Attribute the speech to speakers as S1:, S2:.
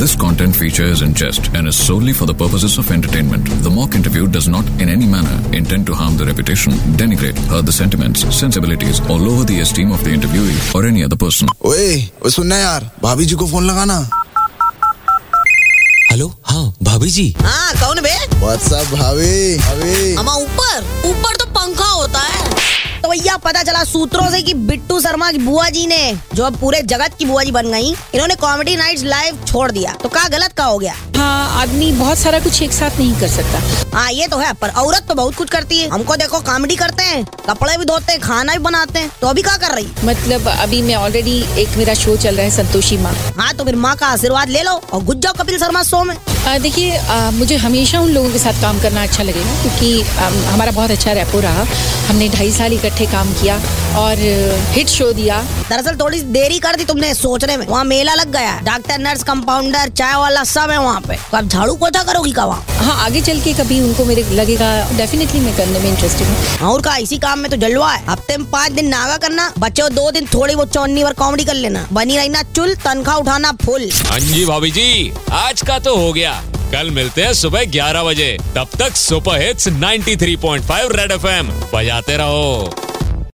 S1: This content feature is in jest and is solely for the purposes of entertainment. The mock interview does not in any manner intend to harm the reputation, denigrate, hurt the sentiments, sensibilities, or lower the esteem of the interviewee or any other person.
S2: ओए ओए सुनना यार भाभी जी को phone लगाना
S3: hello हाँ भाभी जी
S4: हाँ कौन बे
S2: व्हाट्सअप भाभी भाभी
S4: अमा ऊपर ऊपर तो पंखा होता है तो भैया पता चला सूत्रों से कि बिट्टू शर्मा की बुआ जी ने जो अब पूरे जगत की बुआ जी बन गई इन्होंने कॉमेडी नाइट्स लाइव छोड़ दिया तो कहा गलत का हो गया
S5: हाँ आदमी बहुत सारा कुछ एक साथ नहीं कर सकता
S4: हाँ ये तो है पर औरत तो बहुत कुछ करती है हमको देखो कॉमेडी करते हैं कपड़े भी धोते हैं खाना भी बनाते हैं तो अभी क्या कर रही
S5: मतलब अभी मैं ऑलरेडी एक मेरा शो चल रहा है संतोषी माँ
S4: हाँ तो फिर माँ का आशीर्वाद ले लो और घुस जाओ कपिल शर्मा शो में
S5: आ, देखिए आ, मुझे हमेशा उन लोगों के साथ काम करना अच्छा लगेगा क्योंकि आ, हमारा बहुत अच्छा रेपो रहा हमने ढाई साल इकट्ठे काम किया और अ, हिट शो दिया
S4: दरअसल थोड़ी देरी कर दी तुमने सोचने में वहाँ मेला लग गया है। डॉक्टर नर्स कंपाउंडर चाय वाला सब है वहाँ पे तो अब झाड़ू पोछा करोगी का वहाँ
S5: हाँ आगे चल के कभी उनको मेरे लगेगा डेफिनेटली मैं करने में इंटरेस्टिंग हूँ
S4: और का इसी काम में तो जलवा है हफ्ते में पाँच दिन नागा करना बच्चों दो दिन थोड़ी बहुत चौनी और कॉमेडी कर लेना बनी रहना चुल तनख्वाह उठाना फुल
S6: हाँ जी भाभी जी आज का तो हो गया कल मिलते हैं सुबह 11 बजे तब तक सुपर हिट्स 93.5 रेड एफएम बजाते रहो